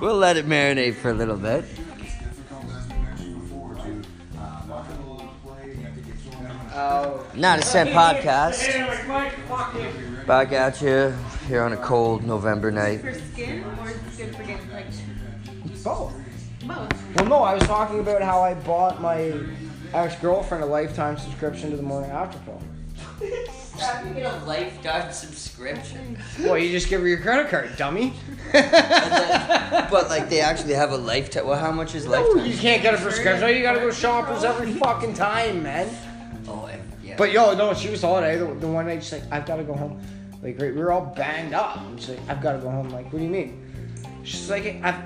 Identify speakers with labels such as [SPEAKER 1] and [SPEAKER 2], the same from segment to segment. [SPEAKER 1] We'll let it marinate for a little bit.
[SPEAKER 2] It's difficult, as we mentioned before, to uh, lock a little play. You have to get thrown out.
[SPEAKER 3] Oh,
[SPEAKER 1] Not a set podcast.
[SPEAKER 4] Hey, Mike, fuck you.
[SPEAKER 1] Back at you here on a cold November night.
[SPEAKER 5] For skin or is it good for getting pregnant?
[SPEAKER 3] both.
[SPEAKER 5] Both.
[SPEAKER 3] Well, no, I was talking about how I bought my ex girlfriend a lifetime subscription to the Morning After Pill.
[SPEAKER 1] How do you get a lifetime subscription?
[SPEAKER 3] Well, you just give her your credit card, dummy.
[SPEAKER 1] But like they actually have a lifetime. Well, how much is
[SPEAKER 3] No,
[SPEAKER 1] lifetime?
[SPEAKER 3] you can't get it for subscription. You gotta go shoppers every fucking time, man.
[SPEAKER 1] Oh, I- yeah.
[SPEAKER 3] But yo, no, she was holiday. The, the one night she's like, I've gotta go home. Like, great, we were all banged up. And she's like, I've gotta go home. I'm like, what do you mean? She's like, I've,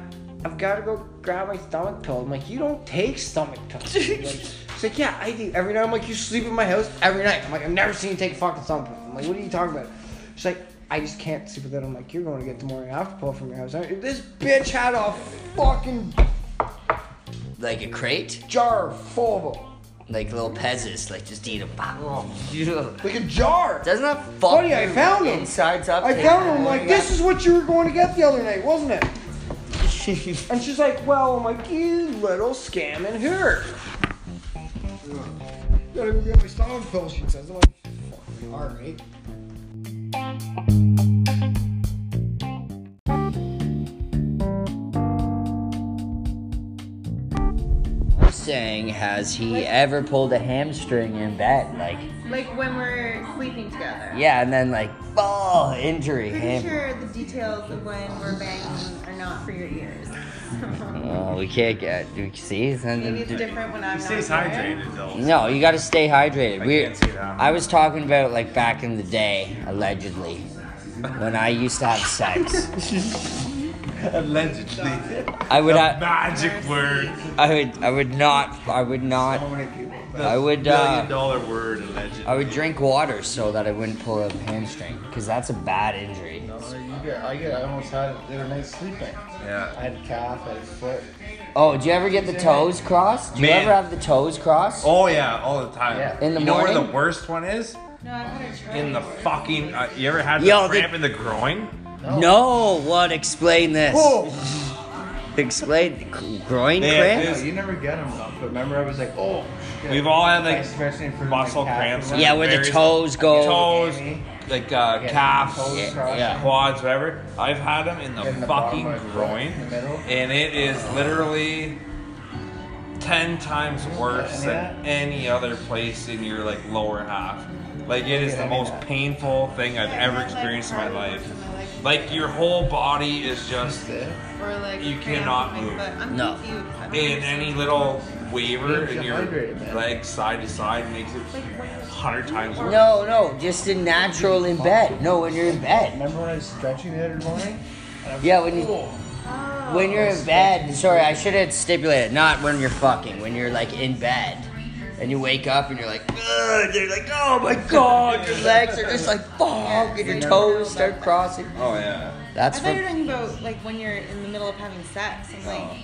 [SPEAKER 3] I've gotta go grab my stomach pill. I'm like, you don't take stomach pills. Like, she's like, yeah, I do. Every night, I'm like, you sleep in my house every night. I'm like, I've never seen you take a fucking stomach pill. I'm like, what are you talking about? She's like, I just can't sleep with it. I'm like, you're going to get the morning after pill from your house. aren't you?" This bitch had a fucking
[SPEAKER 1] like a crate,
[SPEAKER 3] jar full of them.
[SPEAKER 1] like little pezzas, like just eat a bottle. Doesn't
[SPEAKER 3] Like a jar.
[SPEAKER 1] that fuck?
[SPEAKER 3] Funny, Oh, I
[SPEAKER 1] you
[SPEAKER 3] found 'em.
[SPEAKER 1] Insides up.
[SPEAKER 3] I
[SPEAKER 1] take
[SPEAKER 3] found
[SPEAKER 1] the
[SPEAKER 3] them like
[SPEAKER 1] morning
[SPEAKER 3] this is what you were going to get the other night, wasn't it?
[SPEAKER 1] after-
[SPEAKER 3] And she's like, well, I'm like, you little scamming her. Gotta go get my stomach pill, she says. I'm like, fucking alright.
[SPEAKER 1] Saying, has he ever pulled a hamstring in bed? Like,
[SPEAKER 5] Like when we're sleeping together.
[SPEAKER 1] yeah, and then like, oh, injury.
[SPEAKER 5] Pretty
[SPEAKER 1] Ham-
[SPEAKER 5] sure the details of when we're banging are not for your ears.
[SPEAKER 1] Oh, we can't get. Do you see?
[SPEAKER 5] Maybe it's different when I'm
[SPEAKER 4] Stays
[SPEAKER 5] not there.
[SPEAKER 4] hydrated though.
[SPEAKER 1] No, you got to stay hydrated.
[SPEAKER 4] I
[SPEAKER 1] we,
[SPEAKER 4] can't see that.
[SPEAKER 1] I was talking about like back in the day, allegedly, when I used to have sex.
[SPEAKER 4] Allegedly.
[SPEAKER 1] I would, ha-
[SPEAKER 4] Magic word.
[SPEAKER 1] I would, I would not, I would not,
[SPEAKER 3] many people?
[SPEAKER 1] I would, uh,
[SPEAKER 4] Billion dollar word, allegedly.
[SPEAKER 1] I would drink water so that I wouldn't pull a hamstring, because that's a bad injury.
[SPEAKER 2] You get, I get, I almost had it the other night sleeping.
[SPEAKER 4] Yeah.
[SPEAKER 2] I had calf, I had foot.
[SPEAKER 1] Oh, do you ever get the toes crossed? Do you
[SPEAKER 4] Man.
[SPEAKER 1] ever have the toes crossed?
[SPEAKER 4] Oh yeah, all the time.
[SPEAKER 2] Yeah.
[SPEAKER 1] In the
[SPEAKER 4] you know where the
[SPEAKER 1] morning?
[SPEAKER 4] worst one is?
[SPEAKER 5] No, I want to try.
[SPEAKER 4] In the fucking. Uh, you ever had the
[SPEAKER 1] Yo, the-
[SPEAKER 4] cramp in the groin?
[SPEAKER 5] Oh.
[SPEAKER 1] No, what? Explain this.
[SPEAKER 3] Oh,
[SPEAKER 1] Explain the gr- groin
[SPEAKER 4] They have
[SPEAKER 1] cramp.
[SPEAKER 2] No, you never get them though. But remember, I was like, oh. shit.
[SPEAKER 4] We've all had
[SPEAKER 2] I
[SPEAKER 4] like
[SPEAKER 2] especially for
[SPEAKER 4] muscle
[SPEAKER 2] my calf
[SPEAKER 4] cramps.
[SPEAKER 2] and
[SPEAKER 1] Yeah, where the
[SPEAKER 4] various-
[SPEAKER 1] toes go.
[SPEAKER 4] Toes,
[SPEAKER 2] Amy.
[SPEAKER 4] like uh,
[SPEAKER 2] Yeah,
[SPEAKER 4] calves,
[SPEAKER 2] toes
[SPEAKER 1] Yeah,
[SPEAKER 2] crossed.
[SPEAKER 1] yeah.
[SPEAKER 4] quads, whatever. I've had them in the,
[SPEAKER 2] In the
[SPEAKER 4] fucking
[SPEAKER 2] bottom of my foot,
[SPEAKER 4] groin,
[SPEAKER 2] in the middle.
[SPEAKER 4] and it is literally ten times
[SPEAKER 2] any
[SPEAKER 4] worse
[SPEAKER 2] of
[SPEAKER 4] than any other place in your like lower half. Like it is
[SPEAKER 2] Get
[SPEAKER 4] the
[SPEAKER 2] any of
[SPEAKER 4] most
[SPEAKER 2] that.
[SPEAKER 4] painful thing I've ever experienced in my life. Like your whole body is just in
[SPEAKER 5] Or like
[SPEAKER 4] You
[SPEAKER 5] cramp
[SPEAKER 4] cannot
[SPEAKER 5] my
[SPEAKER 4] move.
[SPEAKER 5] foot. I'm
[SPEAKER 1] No.
[SPEAKER 5] confused. I don't
[SPEAKER 4] any little waver
[SPEAKER 2] You're
[SPEAKER 4] in your
[SPEAKER 2] dehydrated, man.
[SPEAKER 4] leg side to side makes it hundred times worse.
[SPEAKER 1] No, no, just in natural in bed. No, when you're in bed.
[SPEAKER 2] Remember when I was stretching the other morning? And I was
[SPEAKER 1] Yeah,
[SPEAKER 2] like,
[SPEAKER 1] when you-
[SPEAKER 2] "Oh."
[SPEAKER 1] When you're in bed, sorry, I should have stipulated, not when you're fucking, when you're like in bed and you wake up and you're like, Ugh, and you're like, oh my god, your legs are just like, fuck, and your toes start crossing.
[SPEAKER 4] Oh yeah.
[SPEAKER 5] I
[SPEAKER 1] That's
[SPEAKER 5] thought you
[SPEAKER 1] for,
[SPEAKER 5] were talking about like when you're in the middle of having sex. I'm like,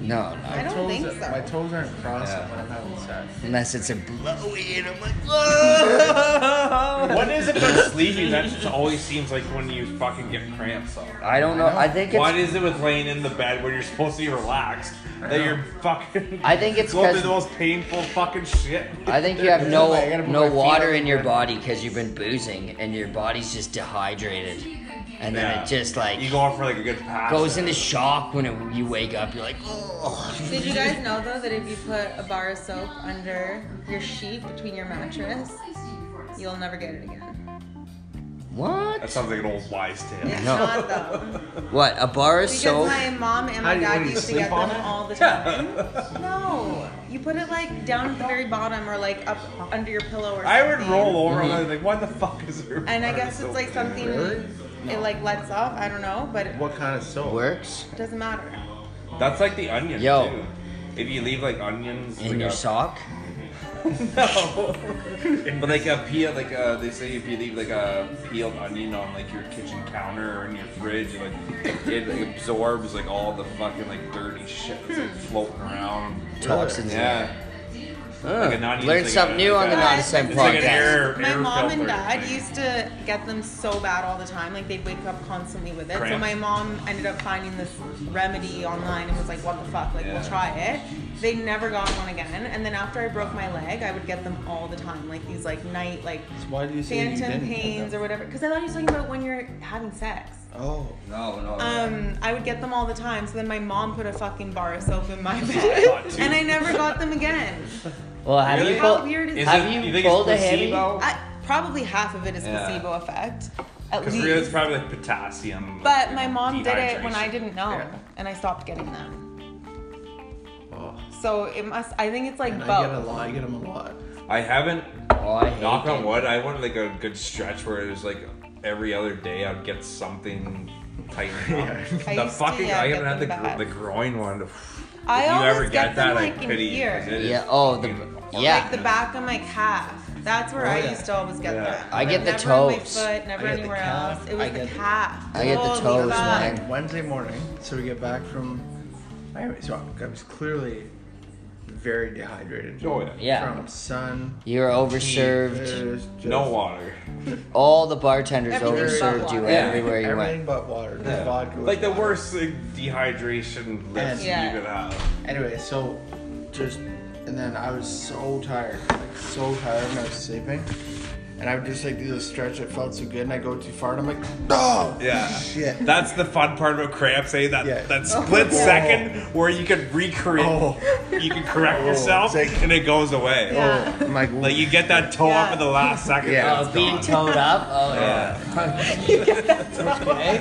[SPEAKER 1] no, no,
[SPEAKER 5] I don't
[SPEAKER 2] toes
[SPEAKER 5] think
[SPEAKER 2] are-
[SPEAKER 5] so.
[SPEAKER 2] My toes aren't crossing
[SPEAKER 4] Yeah.
[SPEAKER 2] when I'm having sex.
[SPEAKER 1] unless it's a blowy and I'm like, whoa.
[SPEAKER 4] What is it about sleeping that just always seems like when you fucking get cramps up?
[SPEAKER 1] I don't know, I think
[SPEAKER 4] What
[SPEAKER 1] it's,
[SPEAKER 4] is it with laying in the bed when you're supposed to be relaxed that you're fucking
[SPEAKER 1] I think it's
[SPEAKER 4] going
[SPEAKER 1] 'cause-
[SPEAKER 4] through the most painful fucking shit?
[SPEAKER 1] I think you have no,
[SPEAKER 2] I gotta put my
[SPEAKER 1] no
[SPEAKER 2] feet
[SPEAKER 1] water
[SPEAKER 2] up
[SPEAKER 1] in your body because you've been boozing and your body's just dehydrated. And then
[SPEAKER 4] Yeah.
[SPEAKER 1] it just like,
[SPEAKER 4] You go on for like a good pass.
[SPEAKER 1] goes into shock when it, you wake up. You're like, oh.
[SPEAKER 5] Did you guys know though that if you put a bar of soap under your sheet between your mattress, you'll never get it again?
[SPEAKER 4] That
[SPEAKER 1] What?
[SPEAKER 4] sounds like an old wise tale.
[SPEAKER 5] It's
[SPEAKER 1] No.
[SPEAKER 5] not though.
[SPEAKER 1] What? A bar of
[SPEAKER 5] Because
[SPEAKER 1] soap?
[SPEAKER 5] my mom and
[SPEAKER 2] How
[SPEAKER 5] my
[SPEAKER 2] do you- what do
[SPEAKER 5] dad
[SPEAKER 2] you
[SPEAKER 5] used to
[SPEAKER 2] sleep
[SPEAKER 5] get
[SPEAKER 2] on
[SPEAKER 5] them
[SPEAKER 2] it?
[SPEAKER 5] all the time. No, you put it like down at the very bottom or like up under your pillow or something.
[SPEAKER 4] I would roll over and I'd be like, why the fuck is there?
[SPEAKER 5] And I guess it's like something
[SPEAKER 2] Really?
[SPEAKER 5] it like lets off. I don't know, but it
[SPEAKER 2] What kind of soap?
[SPEAKER 1] Works
[SPEAKER 5] doesn't matter.
[SPEAKER 4] That's like the onion.
[SPEAKER 1] Yo.
[SPEAKER 4] Too. If you leave like onions
[SPEAKER 1] in
[SPEAKER 4] like
[SPEAKER 1] your
[SPEAKER 4] a-
[SPEAKER 1] sock?
[SPEAKER 4] No. but like a peel, like uh, they say if you leave like a peeled onion on like your kitchen counter or in your fridge, like it like, absorbs like all the fucking like dirty shit that's like floating around.
[SPEAKER 1] Toxins. in
[SPEAKER 4] Yeah. like a non-used,
[SPEAKER 1] Learn
[SPEAKER 4] like
[SPEAKER 1] something
[SPEAKER 4] a-
[SPEAKER 1] new on the
[SPEAKER 4] like a-
[SPEAKER 1] Not the Same
[SPEAKER 4] It's like an
[SPEAKER 1] Podcast.
[SPEAKER 4] air,
[SPEAKER 5] My
[SPEAKER 4] air
[SPEAKER 5] mom and
[SPEAKER 4] filter
[SPEAKER 5] dad
[SPEAKER 4] thing.
[SPEAKER 5] used to get them so bad all the time. Like they'd wake up constantly with it. So
[SPEAKER 4] Cramp.
[SPEAKER 5] my mom ended up finding this remedy online and was like, "What the fuck? Like
[SPEAKER 4] Yeah.
[SPEAKER 5] we'll try it." They never got one again. And then after I broke my leg, I would get them all the time. Like these like night like
[SPEAKER 6] Why do you say you
[SPEAKER 5] phantom
[SPEAKER 6] didn't get
[SPEAKER 5] pains
[SPEAKER 6] them?
[SPEAKER 5] or whatever. Because I thought he was talking about when you're having sex.
[SPEAKER 6] Oh.
[SPEAKER 1] No, no.
[SPEAKER 5] Um, I would get them all the time. So then my mom put a fucking bar of soap in my
[SPEAKER 4] thought,
[SPEAKER 5] bed,
[SPEAKER 4] too.
[SPEAKER 5] and I never got them again.
[SPEAKER 1] well, have
[SPEAKER 4] Really?
[SPEAKER 1] you
[SPEAKER 5] How
[SPEAKER 1] pulled?
[SPEAKER 5] weird is
[SPEAKER 4] Is
[SPEAKER 1] have
[SPEAKER 4] it-
[SPEAKER 1] you
[SPEAKER 4] you think it's
[SPEAKER 1] pulled a hammy?
[SPEAKER 4] placebo?
[SPEAKER 5] I, probably half of it is
[SPEAKER 4] Yeah.
[SPEAKER 5] placebo effect. At
[SPEAKER 4] Because really, it's
[SPEAKER 5] least.
[SPEAKER 4] probably like potassium.
[SPEAKER 5] But
[SPEAKER 4] like,
[SPEAKER 5] my mom did it when I
[SPEAKER 4] dehydration.
[SPEAKER 5] didn't know,
[SPEAKER 4] Yeah.
[SPEAKER 5] and I stopped getting them.
[SPEAKER 6] Oh.
[SPEAKER 5] So it must. I think it's like
[SPEAKER 6] And I get a
[SPEAKER 5] both.
[SPEAKER 6] lot. I get them a lot.
[SPEAKER 4] I haven't.
[SPEAKER 1] Oh, I hate
[SPEAKER 4] Knock on
[SPEAKER 1] it.
[SPEAKER 4] wood. I went like a good stretch where it was like every other day I'd get something tightened up.
[SPEAKER 5] I
[SPEAKER 4] The
[SPEAKER 5] used to,
[SPEAKER 4] fucking
[SPEAKER 5] yeah,
[SPEAKER 4] I
[SPEAKER 5] get
[SPEAKER 4] haven't had the
[SPEAKER 5] them
[SPEAKER 4] gro-
[SPEAKER 5] bad.
[SPEAKER 4] the groin one.
[SPEAKER 5] I
[SPEAKER 4] if you
[SPEAKER 5] always
[SPEAKER 4] ever
[SPEAKER 5] get
[SPEAKER 4] get
[SPEAKER 5] them
[SPEAKER 4] that,
[SPEAKER 5] like
[SPEAKER 4] I
[SPEAKER 5] in
[SPEAKER 4] pity you,
[SPEAKER 5] here.
[SPEAKER 4] 'cause it is
[SPEAKER 1] Yeah. Oh, the
[SPEAKER 4] fucking-
[SPEAKER 1] yeah.
[SPEAKER 5] Like the back of my calf. That's where
[SPEAKER 6] Oh,
[SPEAKER 5] I
[SPEAKER 6] yeah.
[SPEAKER 5] used to always get
[SPEAKER 4] Yeah.
[SPEAKER 5] them.
[SPEAKER 1] I get the
[SPEAKER 5] never on
[SPEAKER 1] toes.
[SPEAKER 5] my foot, never
[SPEAKER 6] I get the
[SPEAKER 5] anywhere
[SPEAKER 6] calf.
[SPEAKER 5] else. It was
[SPEAKER 6] I
[SPEAKER 5] the
[SPEAKER 6] get the-
[SPEAKER 5] calf.
[SPEAKER 1] I get the
[SPEAKER 5] Holy
[SPEAKER 1] toes,
[SPEAKER 5] fuck.
[SPEAKER 1] man.
[SPEAKER 6] Wednesday morning, so we get back from. I so I was clearly very dehydrated.
[SPEAKER 4] Oh, yeah.
[SPEAKER 1] Yeah.
[SPEAKER 6] From sun.
[SPEAKER 1] You were
[SPEAKER 6] heat,
[SPEAKER 1] overserved.
[SPEAKER 6] it was just-
[SPEAKER 4] No water.
[SPEAKER 1] All the bartenders
[SPEAKER 5] Everything
[SPEAKER 1] overserved
[SPEAKER 5] but
[SPEAKER 1] you
[SPEAKER 5] water.
[SPEAKER 1] everywhere you went.
[SPEAKER 6] everything but water. Just
[SPEAKER 4] Yeah.
[SPEAKER 6] vodka. with
[SPEAKER 4] Like the
[SPEAKER 6] water.
[SPEAKER 4] worst like, dehydration list
[SPEAKER 5] Yeah.
[SPEAKER 4] you could have.
[SPEAKER 6] Anyway, so just and then I was so tired, like so tired when I was sleeping, and I would just like do this stretch. It felt so good, and I go too far, and I'm like, oh
[SPEAKER 4] Yeah.
[SPEAKER 6] shit.
[SPEAKER 4] That's the fun part about cramps, eh? That
[SPEAKER 6] Yeah.
[SPEAKER 4] that
[SPEAKER 5] Oh.
[SPEAKER 4] split second where you can recreate,
[SPEAKER 6] Oh.
[SPEAKER 4] you can correct yourself,
[SPEAKER 6] it's like-
[SPEAKER 4] and it goes away.
[SPEAKER 5] Yeah.
[SPEAKER 6] I'm like,
[SPEAKER 4] Like you get that toe up in the last second.
[SPEAKER 6] Yeah.
[SPEAKER 4] and
[SPEAKER 1] Oh,
[SPEAKER 4] it's
[SPEAKER 1] being
[SPEAKER 4] gone.
[SPEAKER 1] towed up. Oh yeah.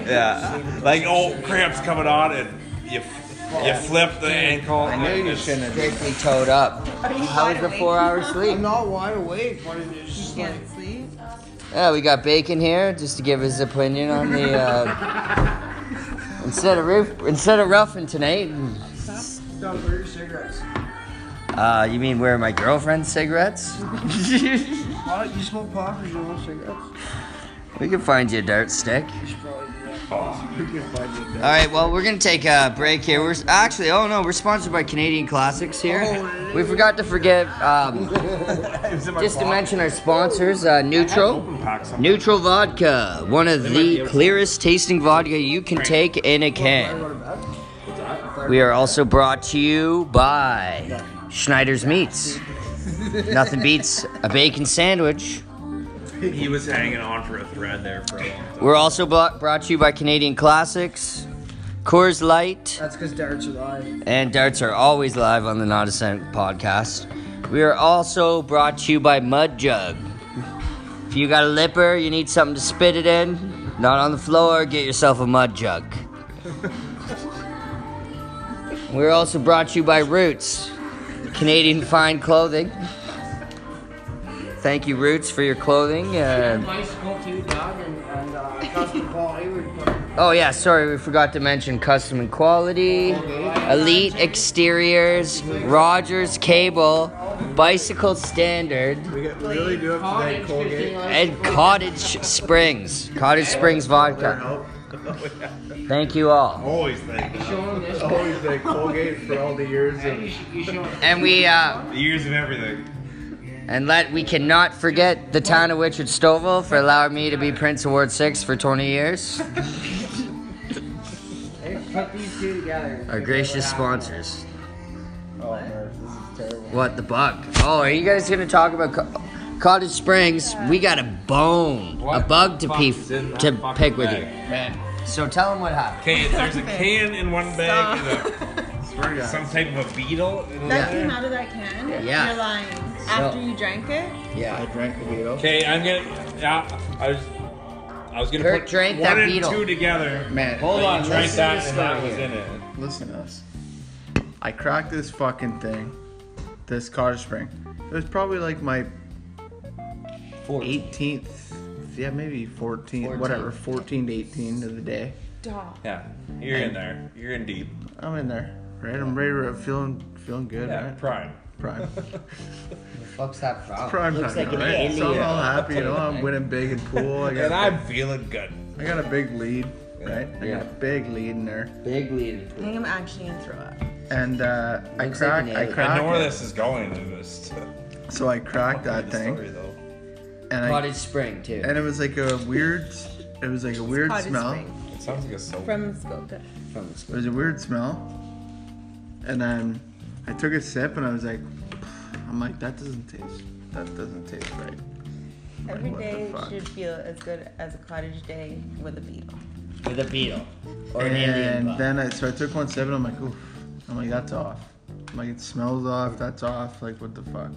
[SPEAKER 4] Yeah. Like oh, cramps coming on, and you f- you flip the ankle.
[SPEAKER 6] I
[SPEAKER 4] and
[SPEAKER 6] knew you
[SPEAKER 4] it's-
[SPEAKER 6] shouldn't. have
[SPEAKER 1] Strictly towed up.
[SPEAKER 5] Are you
[SPEAKER 1] How was
[SPEAKER 5] wide
[SPEAKER 1] the
[SPEAKER 5] awake?
[SPEAKER 1] four-hour
[SPEAKER 6] done-
[SPEAKER 1] sleep?
[SPEAKER 6] I'm not wide awake, but it's just like
[SPEAKER 5] Can't sleep.
[SPEAKER 1] Yeah, we got Bacon here just to give his opinion on the. Uh, instead of roof, instead of roughing tonight.
[SPEAKER 6] no, where are your cigarettes?
[SPEAKER 1] Uh, you mean where are my girlfriend's cigarettes? we
[SPEAKER 6] Why don't you smoke pot or you don't want cigarettes?
[SPEAKER 1] can find you a dart stick.
[SPEAKER 6] You should probably do that. You can find it
[SPEAKER 1] All right, well we're gonna take a break here. We're s- actually, oh no, we're sponsored by Canadian Classics here. We forgot to forget. Um,
[SPEAKER 4] It was in my
[SPEAKER 1] just to
[SPEAKER 4] pocket.
[SPEAKER 1] mention our sponsors, uh, Neutral.
[SPEAKER 4] Open pack something.
[SPEAKER 1] Neutral vodka, one of the clearest tasting vodka you can take in a can. We are also brought to you by Schneider's Meats. Nothing beats a bacon sandwich.
[SPEAKER 4] He was hanging on for a thread there for a long time.
[SPEAKER 1] We're also brought brought to you by Canadian Classics, Coors Light,
[SPEAKER 6] That's because darts are live.
[SPEAKER 1] and darts are always live on the Not Ascent podcast. We are also brought to you by Mud Jug. If you got a lipper, you need something to spit it in, not on the floor, get yourself a mud jug. We're also brought to you by Roots, Canadian fine clothing. Thank you, Roots, for your clothing. Uh,
[SPEAKER 3] Bicycle too, dog, and, and uh, custom quality. We put
[SPEAKER 1] Oh yeah, sorry, we forgot to mention custom and quality, elite exteriors, Rogers cable, bicycle standard,
[SPEAKER 6] We got, really do have to thank Colgate.
[SPEAKER 1] and Cottage Springs. Cottage Springs vodka. Thank you all.
[SPEAKER 4] Always think that.
[SPEAKER 6] Always thank Colgate for all the years of.
[SPEAKER 1] And we uh,
[SPEAKER 4] the years of everything.
[SPEAKER 1] and let we cannot forget the town of Wichita Stovall for allowing me to be Prince Award Six for 20 years.
[SPEAKER 3] put these two together.
[SPEAKER 1] Our gracious sponsors.
[SPEAKER 6] Oh, Murph, this is terrible.
[SPEAKER 1] What the buck? Oh, are you guys gonna talk about Co- Cottage Springs? We got a bone, a
[SPEAKER 4] What
[SPEAKER 1] bug to
[SPEAKER 4] the fuck
[SPEAKER 1] pee
[SPEAKER 4] is in that
[SPEAKER 1] to
[SPEAKER 4] fucking
[SPEAKER 1] pick with you.
[SPEAKER 4] bag?
[SPEAKER 1] So tell them what happened.
[SPEAKER 4] Okay, there's a can in one bag and
[SPEAKER 6] Swear to
[SPEAKER 4] a,
[SPEAKER 6] God.
[SPEAKER 4] some type of a beetle. in
[SPEAKER 5] That
[SPEAKER 1] Yeah.
[SPEAKER 5] came out of that can.
[SPEAKER 1] Yeah.
[SPEAKER 5] You're lying. After you drank it.
[SPEAKER 6] I
[SPEAKER 1] Yeah.
[SPEAKER 6] drank the beetle.
[SPEAKER 4] Okay, I'm gonna. Yeah, I was. I was gonna
[SPEAKER 1] Kurt
[SPEAKER 4] put
[SPEAKER 1] drank
[SPEAKER 4] one
[SPEAKER 1] that
[SPEAKER 4] and
[SPEAKER 1] beetle.
[SPEAKER 4] two together.
[SPEAKER 6] Man,
[SPEAKER 4] Hold on,
[SPEAKER 1] listen
[SPEAKER 4] drank
[SPEAKER 1] to
[SPEAKER 4] that
[SPEAKER 1] this
[SPEAKER 4] and that
[SPEAKER 1] guy
[SPEAKER 4] was
[SPEAKER 1] here.
[SPEAKER 4] in it.
[SPEAKER 6] listen to us. I cracked this fucking thing, this cottage spring. It was probably like my 18th, yeah, maybe 14th, whatever, 14 to 18 of the day.
[SPEAKER 5] Dog.
[SPEAKER 4] Yeah, you're in there. You're in deep.
[SPEAKER 6] I'm in there, right? I'm ready to feeling feeling good,
[SPEAKER 4] Yeah,
[SPEAKER 6] right?
[SPEAKER 4] prime.
[SPEAKER 6] prime,
[SPEAKER 1] The fuck's that from?
[SPEAKER 6] prime
[SPEAKER 1] Looks
[SPEAKER 6] time,
[SPEAKER 1] like an
[SPEAKER 6] right? So I'm
[SPEAKER 1] alien.
[SPEAKER 6] all happy, you know. I'm winning big in pool. I got,
[SPEAKER 4] And
[SPEAKER 6] a
[SPEAKER 4] I'm feeling good.
[SPEAKER 6] big- I got a big lead, right? I
[SPEAKER 1] Yeah.
[SPEAKER 6] got a big lead in there.
[SPEAKER 1] Big lead.
[SPEAKER 5] I think I'm actually gonna throw up.
[SPEAKER 6] and uh, I
[SPEAKER 1] Looks like
[SPEAKER 6] cracked.
[SPEAKER 1] an
[SPEAKER 6] I
[SPEAKER 1] alien.
[SPEAKER 4] I
[SPEAKER 6] cracked.
[SPEAKER 4] know where
[SPEAKER 6] it.
[SPEAKER 4] this is going. I just
[SPEAKER 6] So I cracked that
[SPEAKER 4] Story,
[SPEAKER 6] thing,
[SPEAKER 4] though.
[SPEAKER 6] and I,
[SPEAKER 1] Cottage spring too.
[SPEAKER 6] and it was like a weird. It was like a weird
[SPEAKER 5] Cottage
[SPEAKER 6] smell.
[SPEAKER 5] Spring
[SPEAKER 4] It sounds like a soap.
[SPEAKER 5] From Skoka.
[SPEAKER 1] From the
[SPEAKER 6] It was a weird smell, and then I took a sip and I was like, I'm like that doesn't taste. That doesn't taste right.
[SPEAKER 5] Every
[SPEAKER 6] What the
[SPEAKER 5] day
[SPEAKER 6] fuck?
[SPEAKER 5] should feel as good as a cottage day with a beetle.
[SPEAKER 1] with a beetle or an alien
[SPEAKER 6] and
[SPEAKER 1] bug.
[SPEAKER 6] then I so I took one sip and I'm like, oof. I'm like, that's off. I'm like, it smells off. That's off. Like, what the fuck?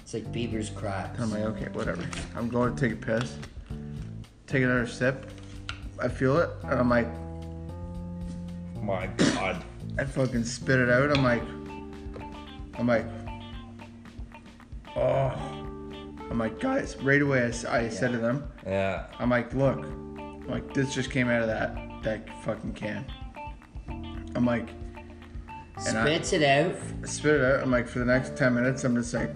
[SPEAKER 1] it's like Bieber's crap.
[SPEAKER 6] I'm like, okay, whatever. I'm going to take a piss. Take another sip. I feel it, and I'm like,
[SPEAKER 4] My God.
[SPEAKER 6] I fucking spit it out. I'm like, I'm like, oh. I'm like, guys, right away. I, s- I said to them,
[SPEAKER 4] Yeah.
[SPEAKER 6] I'm like, look, I'm like this just came out of that that fucking can. I'm like, and I-
[SPEAKER 1] Spits it out.
[SPEAKER 6] spit it out. I'm like, for the next 10 minutes, I'm just like,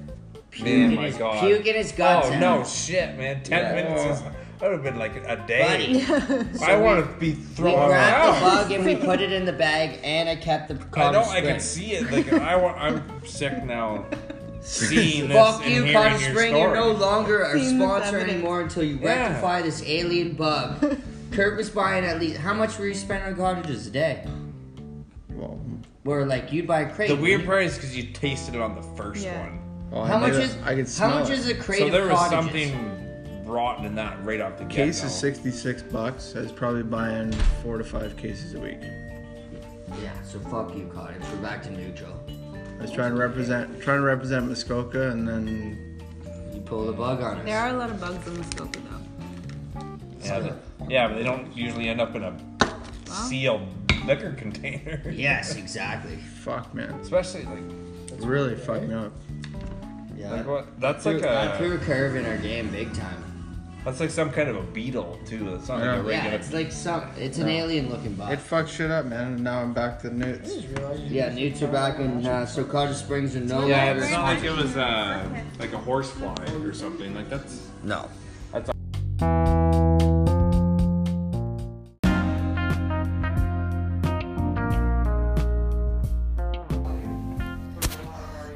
[SPEAKER 4] Man,
[SPEAKER 1] in
[SPEAKER 4] my
[SPEAKER 1] his-
[SPEAKER 4] God.
[SPEAKER 1] puke in his guts
[SPEAKER 4] Oh
[SPEAKER 1] out.
[SPEAKER 4] no, shit, man. Ten
[SPEAKER 1] Yeah.
[SPEAKER 4] minutes. Is, that would have been like a day.
[SPEAKER 1] Oh. Buddy,
[SPEAKER 4] I want to be
[SPEAKER 1] we
[SPEAKER 4] thrown
[SPEAKER 1] grabbed the
[SPEAKER 4] out.
[SPEAKER 1] bug and we put it in the bag, and I kept the
[SPEAKER 4] I know.
[SPEAKER 1] cottage
[SPEAKER 4] I
[SPEAKER 1] spring.
[SPEAKER 4] can see it. Like I want. I'm sick now. Seeing this
[SPEAKER 1] Fuck
[SPEAKER 4] and
[SPEAKER 1] you,
[SPEAKER 4] hearing
[SPEAKER 1] Cottage
[SPEAKER 4] your
[SPEAKER 1] Spring.
[SPEAKER 4] Story.
[SPEAKER 1] You're no longer our
[SPEAKER 5] Seeing this
[SPEAKER 1] sponsor
[SPEAKER 5] evidence.
[SPEAKER 1] anymore until you
[SPEAKER 4] Yeah.
[SPEAKER 1] rectify this alien bug. Kurt was buying at least how much were you spending on cottages a day?
[SPEAKER 6] well,
[SPEAKER 1] Where like you'd buy a crate.
[SPEAKER 4] The weird
[SPEAKER 1] wouldn't
[SPEAKER 4] part is because you tasted it on the first
[SPEAKER 5] Yeah.
[SPEAKER 4] one,
[SPEAKER 6] oh,
[SPEAKER 1] you?
[SPEAKER 6] I
[SPEAKER 1] how
[SPEAKER 6] knew
[SPEAKER 1] much
[SPEAKER 6] it.
[SPEAKER 1] is
[SPEAKER 6] I could
[SPEAKER 1] how
[SPEAKER 6] smell
[SPEAKER 1] much
[SPEAKER 6] it.
[SPEAKER 1] is a crate
[SPEAKER 4] so there
[SPEAKER 1] of
[SPEAKER 4] was
[SPEAKER 1] cottages?
[SPEAKER 4] something rotten in that right off the get.
[SPEAKER 6] Case is 66 bucks. I was probably buying four to five cases a week.
[SPEAKER 1] Yeah, so fuck you, cottage. We're back to neutral.
[SPEAKER 6] I
[SPEAKER 1] Oh,
[SPEAKER 6] was trying to represent, trying to represent Muskoka, and then
[SPEAKER 1] You pull the bug on us.
[SPEAKER 5] There are a lot of bugs in the Skoka though.
[SPEAKER 4] Yeah, but- yeah, but they don't usually end up in a sealed liquor container.
[SPEAKER 1] Yes, exactly.
[SPEAKER 6] fuck, man,
[SPEAKER 4] Especially like,
[SPEAKER 6] really fucked me up.
[SPEAKER 1] Yeah.
[SPEAKER 4] like what? That's
[SPEAKER 1] threw,
[SPEAKER 4] like
[SPEAKER 1] I threw
[SPEAKER 4] a
[SPEAKER 1] a curve in our game big time.
[SPEAKER 4] that's like some kind of a beetle too. That's not like a
[SPEAKER 1] Yeah,
[SPEAKER 4] regular.
[SPEAKER 1] it's like some. It's an
[SPEAKER 6] Yeah.
[SPEAKER 1] alien looking bug.
[SPEAKER 6] It fucked shit up, man, and now I'm back to the newts.
[SPEAKER 1] yeah, newts are back in. Uh, so cottage springs are no
[SPEAKER 4] Yeah,
[SPEAKER 1] longer.
[SPEAKER 4] it's not like it was uh, like a horsefly or something. Like that's
[SPEAKER 1] No.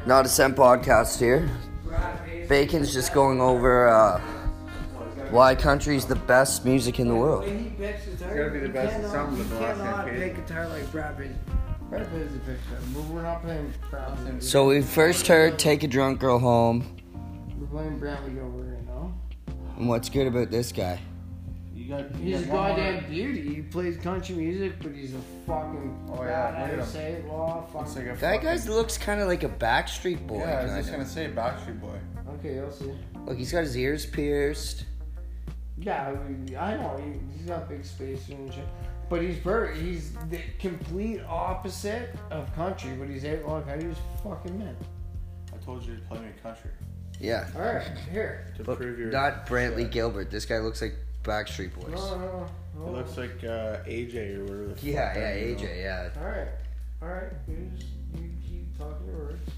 [SPEAKER 1] Not a cent podcast here. Bacon's just going over uh, why country's the best music in the world.
[SPEAKER 3] When he picks his
[SPEAKER 6] gotta be the best at something with the last decade.
[SPEAKER 3] guitar like Brad Pitt.
[SPEAKER 6] Brad Pitt is a picture. We're- We're not playing Brad Pitt.
[SPEAKER 1] So we first heard "Take a Drunk Girl Home,"
[SPEAKER 6] We're playing Bradley over right now.
[SPEAKER 1] and what's good about this guy?
[SPEAKER 6] You got. You
[SPEAKER 3] He's a
[SPEAKER 6] got one more.
[SPEAKER 3] goddamn beauty. He plays country music, but he's a fucking.
[SPEAKER 6] Oh, yeah,
[SPEAKER 3] bad. I
[SPEAKER 6] look at
[SPEAKER 3] don't
[SPEAKER 6] him.
[SPEAKER 3] say it. Well, fuck.
[SPEAKER 6] Looks like a
[SPEAKER 1] That
[SPEAKER 6] fucking-
[SPEAKER 1] guy looks kind of like a Backstreet Boy.
[SPEAKER 6] Yeah, I was
[SPEAKER 1] kinda.
[SPEAKER 6] just gonna say Backstreet Boy.
[SPEAKER 3] Okay, I'll see.
[SPEAKER 1] Look, he's got his ears pierced.
[SPEAKER 3] Yeah, I mean, I know he, he's got big space and shit, but he's per- he's the complete opposite of country. But he's outlaw country. He's fucking man.
[SPEAKER 6] I told you to play me country
[SPEAKER 1] Yeah.
[SPEAKER 3] All right, here.
[SPEAKER 6] to
[SPEAKER 1] But
[SPEAKER 6] prove your.
[SPEAKER 1] not Brantley Gilbert. This guy looks like Backstreet Boys.
[SPEAKER 3] No, no, no.
[SPEAKER 6] It
[SPEAKER 3] no.
[SPEAKER 6] looks like uh, AJ or whatever. The fuck
[SPEAKER 1] yeah,
[SPEAKER 6] that
[SPEAKER 1] yeah,
[SPEAKER 6] is, you know.
[SPEAKER 1] AJ, yeah.
[SPEAKER 3] All right, all right. You just you keep talking your words.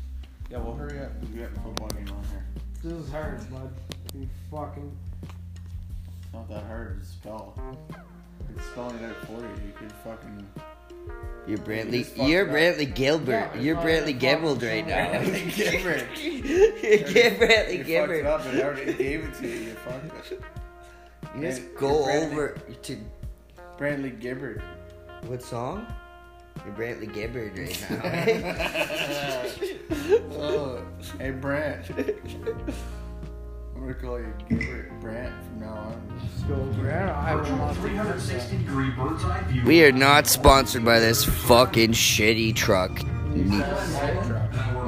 [SPEAKER 6] Yeah, well, hurry up. We got the football game on here.
[SPEAKER 3] This is hard, bud. You fucking.
[SPEAKER 6] It's not that hard to spell. It's spelling it out for you. You could fucking.
[SPEAKER 1] You're
[SPEAKER 6] just
[SPEAKER 1] Brantley.
[SPEAKER 6] fucked
[SPEAKER 1] You're
[SPEAKER 6] it up.
[SPEAKER 1] Brantley Gilbert.
[SPEAKER 3] Yeah,
[SPEAKER 1] you're
[SPEAKER 3] uh,
[SPEAKER 1] Brantley
[SPEAKER 3] fuck
[SPEAKER 1] Gibbled
[SPEAKER 3] you.
[SPEAKER 1] right now.
[SPEAKER 6] Gibber.
[SPEAKER 1] you're
[SPEAKER 6] You
[SPEAKER 1] Brantley
[SPEAKER 6] fucked it
[SPEAKER 1] Gilbert.
[SPEAKER 6] up and I already gave it to you. You fucked it.
[SPEAKER 1] You just
[SPEAKER 6] You're
[SPEAKER 1] go
[SPEAKER 6] Brantley-
[SPEAKER 1] over to
[SPEAKER 6] Brantley Gibbard.
[SPEAKER 1] what song? You're Brantley Gilbert right now. eh?
[SPEAKER 6] Hey, Brant. I'm gonna call you Gibbert Brant from now on.
[SPEAKER 3] Let's go, Brad. I will
[SPEAKER 2] Virtual
[SPEAKER 3] not be
[SPEAKER 2] 360 degree bird's eye view.
[SPEAKER 1] we are not sponsored by this fucking shitty truck.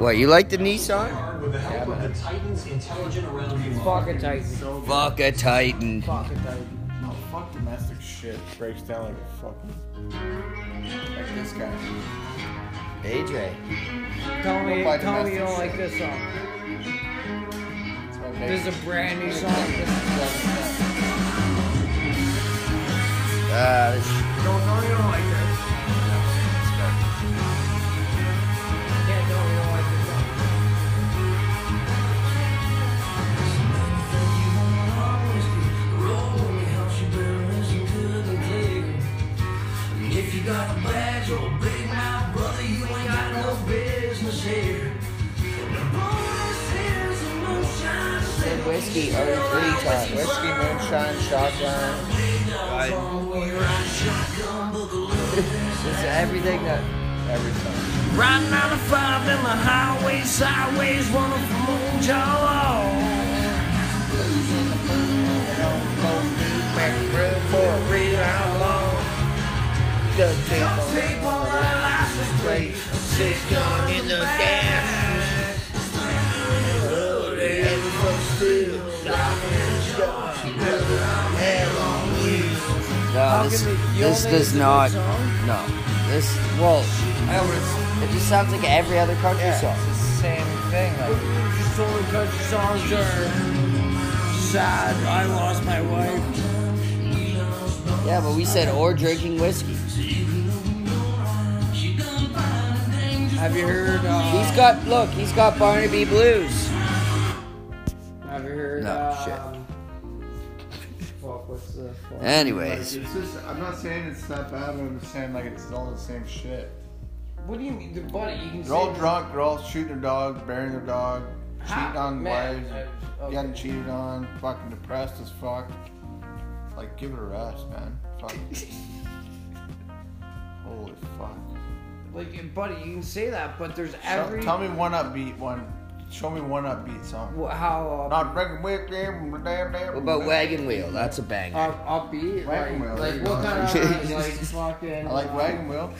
[SPEAKER 1] What you like the Nissan?
[SPEAKER 2] With the help of the Titan's intelligent around you.
[SPEAKER 3] fucking Titan.
[SPEAKER 6] So good.
[SPEAKER 1] Fuck a Titan.
[SPEAKER 3] Fucking Titan.
[SPEAKER 6] No, Oh, fuck domestic shit. Breaks down like a fucking. Like this guy.
[SPEAKER 1] AJ.
[SPEAKER 3] Tell me,
[SPEAKER 6] Buy
[SPEAKER 3] tell me you don't
[SPEAKER 6] domestic
[SPEAKER 3] like this song.
[SPEAKER 6] It's my
[SPEAKER 3] This
[SPEAKER 6] favorite.
[SPEAKER 3] is a brand new song. This is
[SPEAKER 1] Ah, this
[SPEAKER 3] Don't know you don't like this. Can't know you don't like this song.
[SPEAKER 7] If you got a badge or a big mouth, brother, you
[SPEAKER 6] whiskey or three time. Whiskey, moonshine, shotgun. It's everything that every time.
[SPEAKER 7] Riding out of five in the highway, sideways, running from Moonjaw.
[SPEAKER 6] Don't need back room for a real outlaw. Good people. Great. Sit down in the gas. Oh, they ever come still. Dropping in the shop. She doesn't have on you.
[SPEAKER 1] No, this,
[SPEAKER 6] give me- you
[SPEAKER 1] this
[SPEAKER 6] only
[SPEAKER 1] does
[SPEAKER 6] need to
[SPEAKER 1] not.
[SPEAKER 6] do song?
[SPEAKER 1] No, this well, it just sounds like every other country
[SPEAKER 6] Yeah,
[SPEAKER 1] song.
[SPEAKER 6] it's the same thing. Like,
[SPEAKER 7] Just only country songs are sad. I lost my wife.
[SPEAKER 1] Yeah, but we said or drinking whiskey.
[SPEAKER 7] Have you heard? Uh,
[SPEAKER 1] He's got look. He's got Barnaby Blues.
[SPEAKER 7] have you heard?
[SPEAKER 1] No,
[SPEAKER 7] um,
[SPEAKER 6] fuck, what's the fuck?
[SPEAKER 1] Anyways,
[SPEAKER 6] It's just, I'm not saying it's that bad, but I'm just saying like it's all the same shit.
[SPEAKER 7] What do you mean, dude, buddy? You can
[SPEAKER 6] They're all
[SPEAKER 7] say-
[SPEAKER 6] drunk, they're all shooting their dog, burying their dog,
[SPEAKER 7] Ha,
[SPEAKER 6] cheating on
[SPEAKER 7] man,
[SPEAKER 6] wives,
[SPEAKER 7] I- okay.
[SPEAKER 6] getting cheated on, fucking depressed as fuck. Like, give it a rest, man. Fuck. Holy fuck.
[SPEAKER 7] Like, buddy, you can say that, but there's
[SPEAKER 6] Show-
[SPEAKER 7] every
[SPEAKER 6] tell me one upbeat one. Show me one upbeat song.
[SPEAKER 7] wh- how uh,
[SPEAKER 6] Not breaking whip, damn, damn, damn.
[SPEAKER 1] what about wagon wheel? That's a bang.
[SPEAKER 6] Uh,
[SPEAKER 7] up, upbeat,
[SPEAKER 6] Wagon
[SPEAKER 7] like,
[SPEAKER 6] wheel,
[SPEAKER 7] like
[SPEAKER 6] there you
[SPEAKER 7] what
[SPEAKER 6] go.
[SPEAKER 7] kind of like fucking?
[SPEAKER 6] I like Wagon Wheel.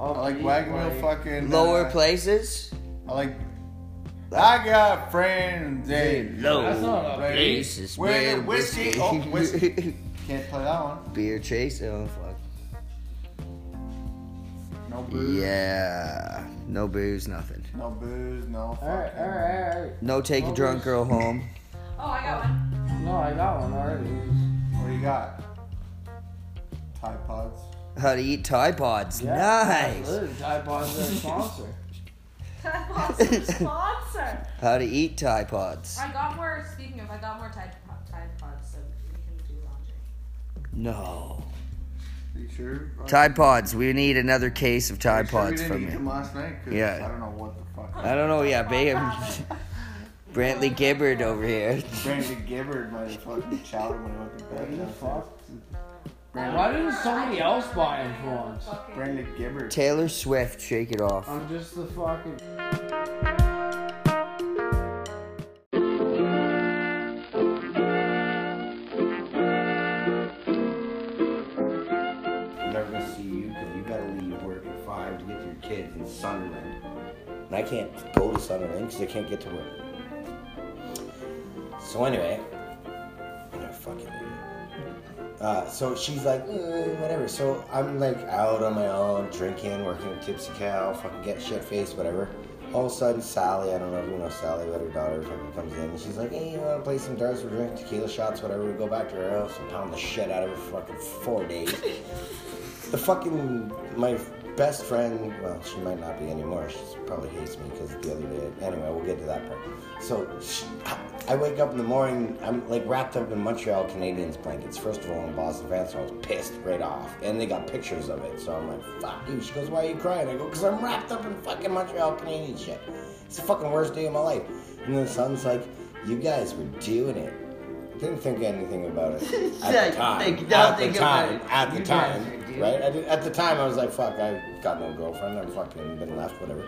[SPEAKER 6] I like
[SPEAKER 7] upbeat,
[SPEAKER 6] Wagon Wheel fucking.
[SPEAKER 1] Lower
[SPEAKER 6] uh,
[SPEAKER 1] places.
[SPEAKER 6] I like. I got friends. Hey,
[SPEAKER 7] That's
[SPEAKER 1] Low
[SPEAKER 7] not up.
[SPEAKER 6] Right.
[SPEAKER 1] places.
[SPEAKER 6] Where the
[SPEAKER 1] where
[SPEAKER 6] whiskey-
[SPEAKER 1] whiskey.
[SPEAKER 6] oh, whiskey. can't play that one.
[SPEAKER 1] Beer chase. Oh fuck.
[SPEAKER 6] No booze.
[SPEAKER 1] Yeah. No booze. Nothing.
[SPEAKER 6] No booze. No fucking.
[SPEAKER 7] All right, all right, all right.
[SPEAKER 1] No take a drunk girl home.
[SPEAKER 5] Oh, I got one.
[SPEAKER 7] No, I got one already.
[SPEAKER 6] What do you got? Tide Pods.
[SPEAKER 1] How to eat Tide Pods.
[SPEAKER 7] Yeah,
[SPEAKER 1] Nice.
[SPEAKER 7] absolutely. Tide Pod's their sponsor.
[SPEAKER 5] I lost a sponsor.
[SPEAKER 1] How to eat Tide Pods.
[SPEAKER 8] I got more. Speaking of, I got more Tide, Po- Tide Pods, so we can do laundry.
[SPEAKER 1] No.
[SPEAKER 6] Are you sure?
[SPEAKER 1] Tide Pods. We need another case of
[SPEAKER 6] Are you
[SPEAKER 1] Tide
[SPEAKER 6] sure we
[SPEAKER 1] Pods
[SPEAKER 6] didn't
[SPEAKER 1] from
[SPEAKER 6] eat
[SPEAKER 1] you.
[SPEAKER 6] them last night? 'Cause
[SPEAKER 1] Yeah.
[SPEAKER 6] I don't know what the fuck.
[SPEAKER 1] I don't know. Yeah, babe. Brantley Gibbard over here.
[SPEAKER 6] Brandon Gibbard might have fucking chowed when he went to
[SPEAKER 7] What the
[SPEAKER 6] bed.
[SPEAKER 7] fuck? Why
[SPEAKER 6] Brandon,
[SPEAKER 7] didn't somebody else buy him for us?
[SPEAKER 6] Brandon Gibbard.
[SPEAKER 1] Taylor Swift. Shake it off.
[SPEAKER 7] I'm just the fucking.
[SPEAKER 9] I'm never gonna see you because you gotta leave work at five to get to your kids in Sunderland, and I can't go to Sunderland because I can't get to work. So anyway, I'm a fucking idiot. Uh, so she's like, "Eh, whatever. So I'm like out on my own, drinking, working at Tipsy Cow, fucking get shit faced, whatever. All of a sudden, Sally, I don't know if you know Sally, but her daughter fucking comes in and she's like, hey, you wanna play some darts? We're drinking tequila shots, whatever. We go back to her house and pound the shit out of her for fucking four days the fucking my best friend well she might not be anymore she probably hates me because the other day anyway we'll get to that part so she, I, I wake up in the morning i'm like wrapped up in montreal canadiens blankets first of all in boston fans so i was pissed right off and they got pictures of it so i'm like fuck you she goes why are you crying i go because i'm wrapped up in fucking montreal canadiens shit it's the fucking worst day of my life and then the son's like you guys were doing it didn't think anything about it at the time.
[SPEAKER 1] Think- don't
[SPEAKER 9] at
[SPEAKER 1] think
[SPEAKER 9] the
[SPEAKER 1] about
[SPEAKER 9] time,
[SPEAKER 1] it.
[SPEAKER 9] at the
[SPEAKER 1] You
[SPEAKER 9] time,
[SPEAKER 1] guys are doing
[SPEAKER 9] right? I did, at the time, I was like, "Fuck, I got no girlfriend. I'm fucking been left, whatever."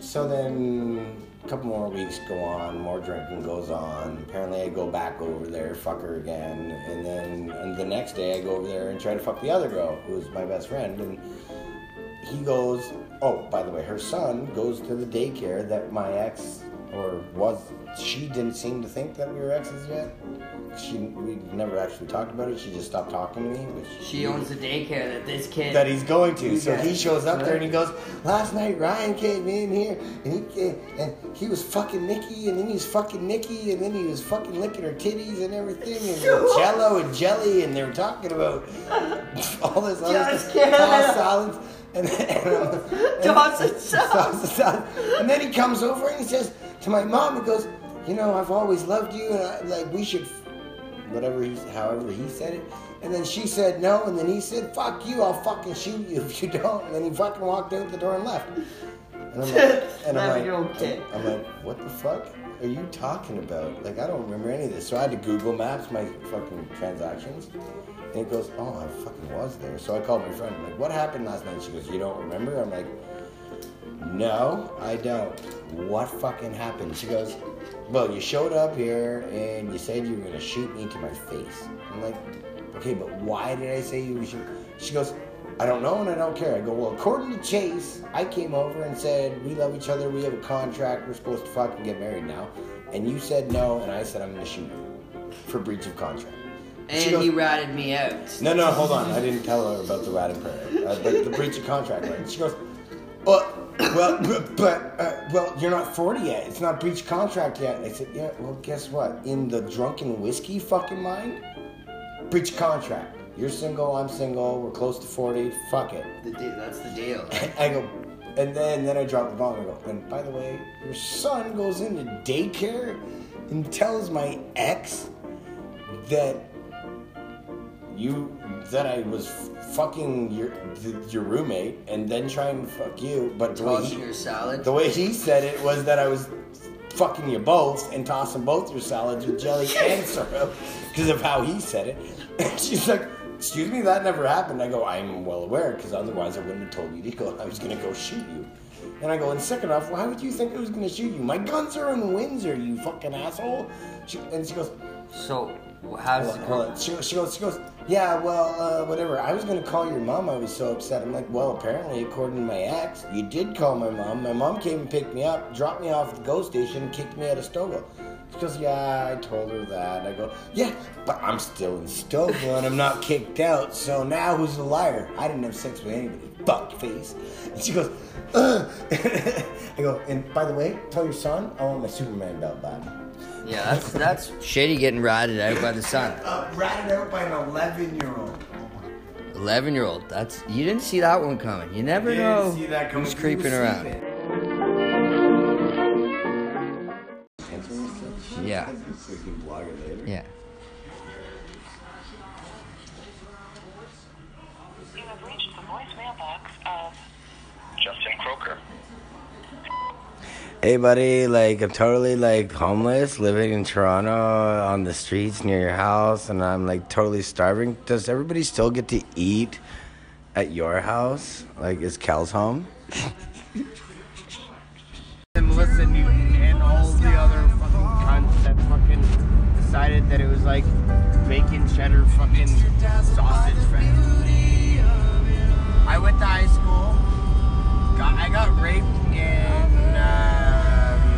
[SPEAKER 9] So then, a couple more weeks go on, more drinking goes on. Apparently, I go back over there, fuck her again, and then and the next day I go over there and try to fuck the other girl, who's my best friend, and he goes, oh, by the way, her son goes to the daycare that my ex or was. She didn't seem to think that we were exes yet. She we never actually talked about it. She just stopped talking to me, which
[SPEAKER 1] She owns the daycare that this kid.
[SPEAKER 9] that he's going to. So
[SPEAKER 1] Yeah.
[SPEAKER 9] he shows up there and he goes, Last night Ryan came in here and he ca- and he was fucking Nikki and then he was fucking Nikki and then he was fucking licking her titties and everything and jello and jelly and they were talking about all this other
[SPEAKER 1] Just
[SPEAKER 9] stuff.
[SPEAKER 1] kidding.
[SPEAKER 9] Toss salads. And then, and,
[SPEAKER 1] Toss and salads.
[SPEAKER 9] toss and salads. And then he comes over and he says to my mom, he goes, You know, I've always loved you and I like we should whatever he, however he said it. And then she said no, and then he said, "Fuck you! I'll fucking shoot you if you don't." And then he fucking walked out the door and left. And I'm like, and I'm like, I'm, I'm like, what the fuck? are you talking about? Like, I don't remember any of this. So I had to Google Maps my fucking transactions. And it goes, oh, I fucking was there. So I called my friend. I'm like, what happened last night? She goes, you don't remember? I'm like, no, I don't. What fucking happened? She goes, well, you showed up here and you said you were gonna shoot me to my face. I'm like, okay, but why did I say you were shoot? She goes, I don't know and I don't care. I go, well, according to Chase, I came over and said we love each other. We have a contract. We're supposed to fucking get married now. And you said no, and I said I'm gonna shoot you for breach of contract. She
[SPEAKER 1] And
[SPEAKER 9] goes-
[SPEAKER 1] he ratted me out.
[SPEAKER 9] no, no, hold on. I didn't tell her about the rat and prayer, uh, the, the breach of contract. Right? She goes, oh, well, but, but uh, well, you're not 40 yet. It's not breach of contract yet. I said, yeah. Well, guess what? In the drunken whiskey fucking mind, breach of contract. You're single. I'm single. We're close to 40. Fuck it.
[SPEAKER 1] The deal, that's the deal.
[SPEAKER 9] I go, and then then I drop the bomb. I go, and by the way, your son goes into daycare and tells my ex that you that I was fucking your th- your roommate, and then try and fuck you. But the way
[SPEAKER 1] Tossing your
[SPEAKER 9] he,
[SPEAKER 1] salad.
[SPEAKER 9] the way he said it was that I was fucking you both and tossing both your salads with jelly and syrup because of how he said it. And she's like, "Excuse me, that never happened." I go, "I'm well aware because otherwise I wouldn't have told you to go. I was gonna go shoot you." And I go, "And second off, why would you think I was gonna shoot you? My guns are in Windsor, you fucking asshole." She, and she goes,
[SPEAKER 1] So, wh- how does it
[SPEAKER 9] Hold on,
[SPEAKER 1] go?
[SPEAKER 9] hold on. She, goes- she goes, she goes, yeah, well, uh, whatever. I was gonna call your mom. I was so upset. I'm like, well, apparently, according to my ex, you did call my mom. My mom came and picked me up, dropped me off at the go station, kicked me out of Stouffville. She goes, yeah, I told her that. I go, yeah, but I'm still in Stouffville and I'm not kicked out. So now who's the liar? I didn't have sex with anybody. Fuck face. And she goes, Ugh. I go, and by the way, tell your son I want my Superman belt back.
[SPEAKER 1] Yeah, that's that's shitty getting ratted out by the sun.
[SPEAKER 9] Uh, ratted out by an 11 year old.
[SPEAKER 1] Eleven year old. That's you didn't see that one coming. You never know
[SPEAKER 10] see that coming.
[SPEAKER 1] who's
[SPEAKER 10] You
[SPEAKER 1] creeping
[SPEAKER 10] see
[SPEAKER 1] around.
[SPEAKER 10] it.
[SPEAKER 1] Yeah,
[SPEAKER 9] We can blog it later.
[SPEAKER 1] yeah.
[SPEAKER 11] You have reached the voicemail box of Justin Croker.
[SPEAKER 9] Hey, buddy, like, I'm totally, like, homeless, living in Toronto on the streets near your house, and I'm, like, totally starving. Does everybody still get to eat at your house? Like, is Cal's home?
[SPEAKER 7] And listen, you, and all the other fucking cunts that fucking decided that it was like bacon cheddar fucking sausage fries. I went to high school. Got, I got raped in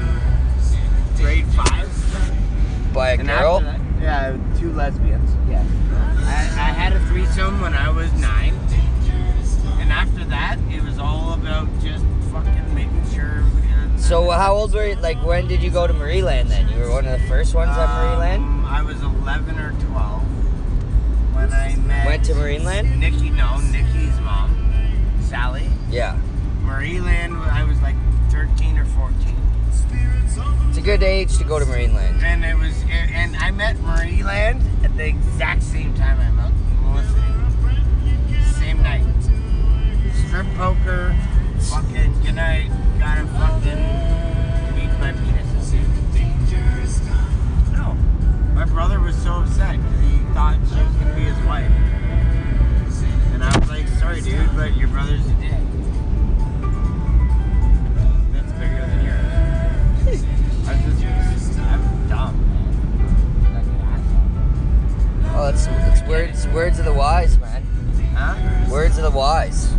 [SPEAKER 7] um, grade five.
[SPEAKER 1] By a girl.
[SPEAKER 7] after that- yeah, two lesbians. Yeah. I, I had a threesome when I was nine. And after that, it was all about just fucking making sure. uh,
[SPEAKER 1] So how old were you? Like when did you go to Mariland then? You were one of the first ones at Mariland.
[SPEAKER 7] Um, I was 11 or 12 when I met.
[SPEAKER 1] Went to Marineland?
[SPEAKER 7] Nikki, no, Nikki's mom, Sally.
[SPEAKER 1] Yeah,
[SPEAKER 7] Marineland, I was like 13 or 14.
[SPEAKER 1] it's a good age to go to Marineland.
[SPEAKER 7] And it was, and I met Marie Land at the exact same time I met Melissa. Same night. Strip poker, fucking good night, gotta fucking meet my penis. No. My brother was so upset because he thought she was gonna be his wife. And I was like, sorry dude, but your brother's a dick. That's bigger than yours. I was just, I'm dumb, man. Like an
[SPEAKER 1] Oh, it's it's words words of the wise, man.
[SPEAKER 7] asshole. Huh?
[SPEAKER 1] Words of the wise.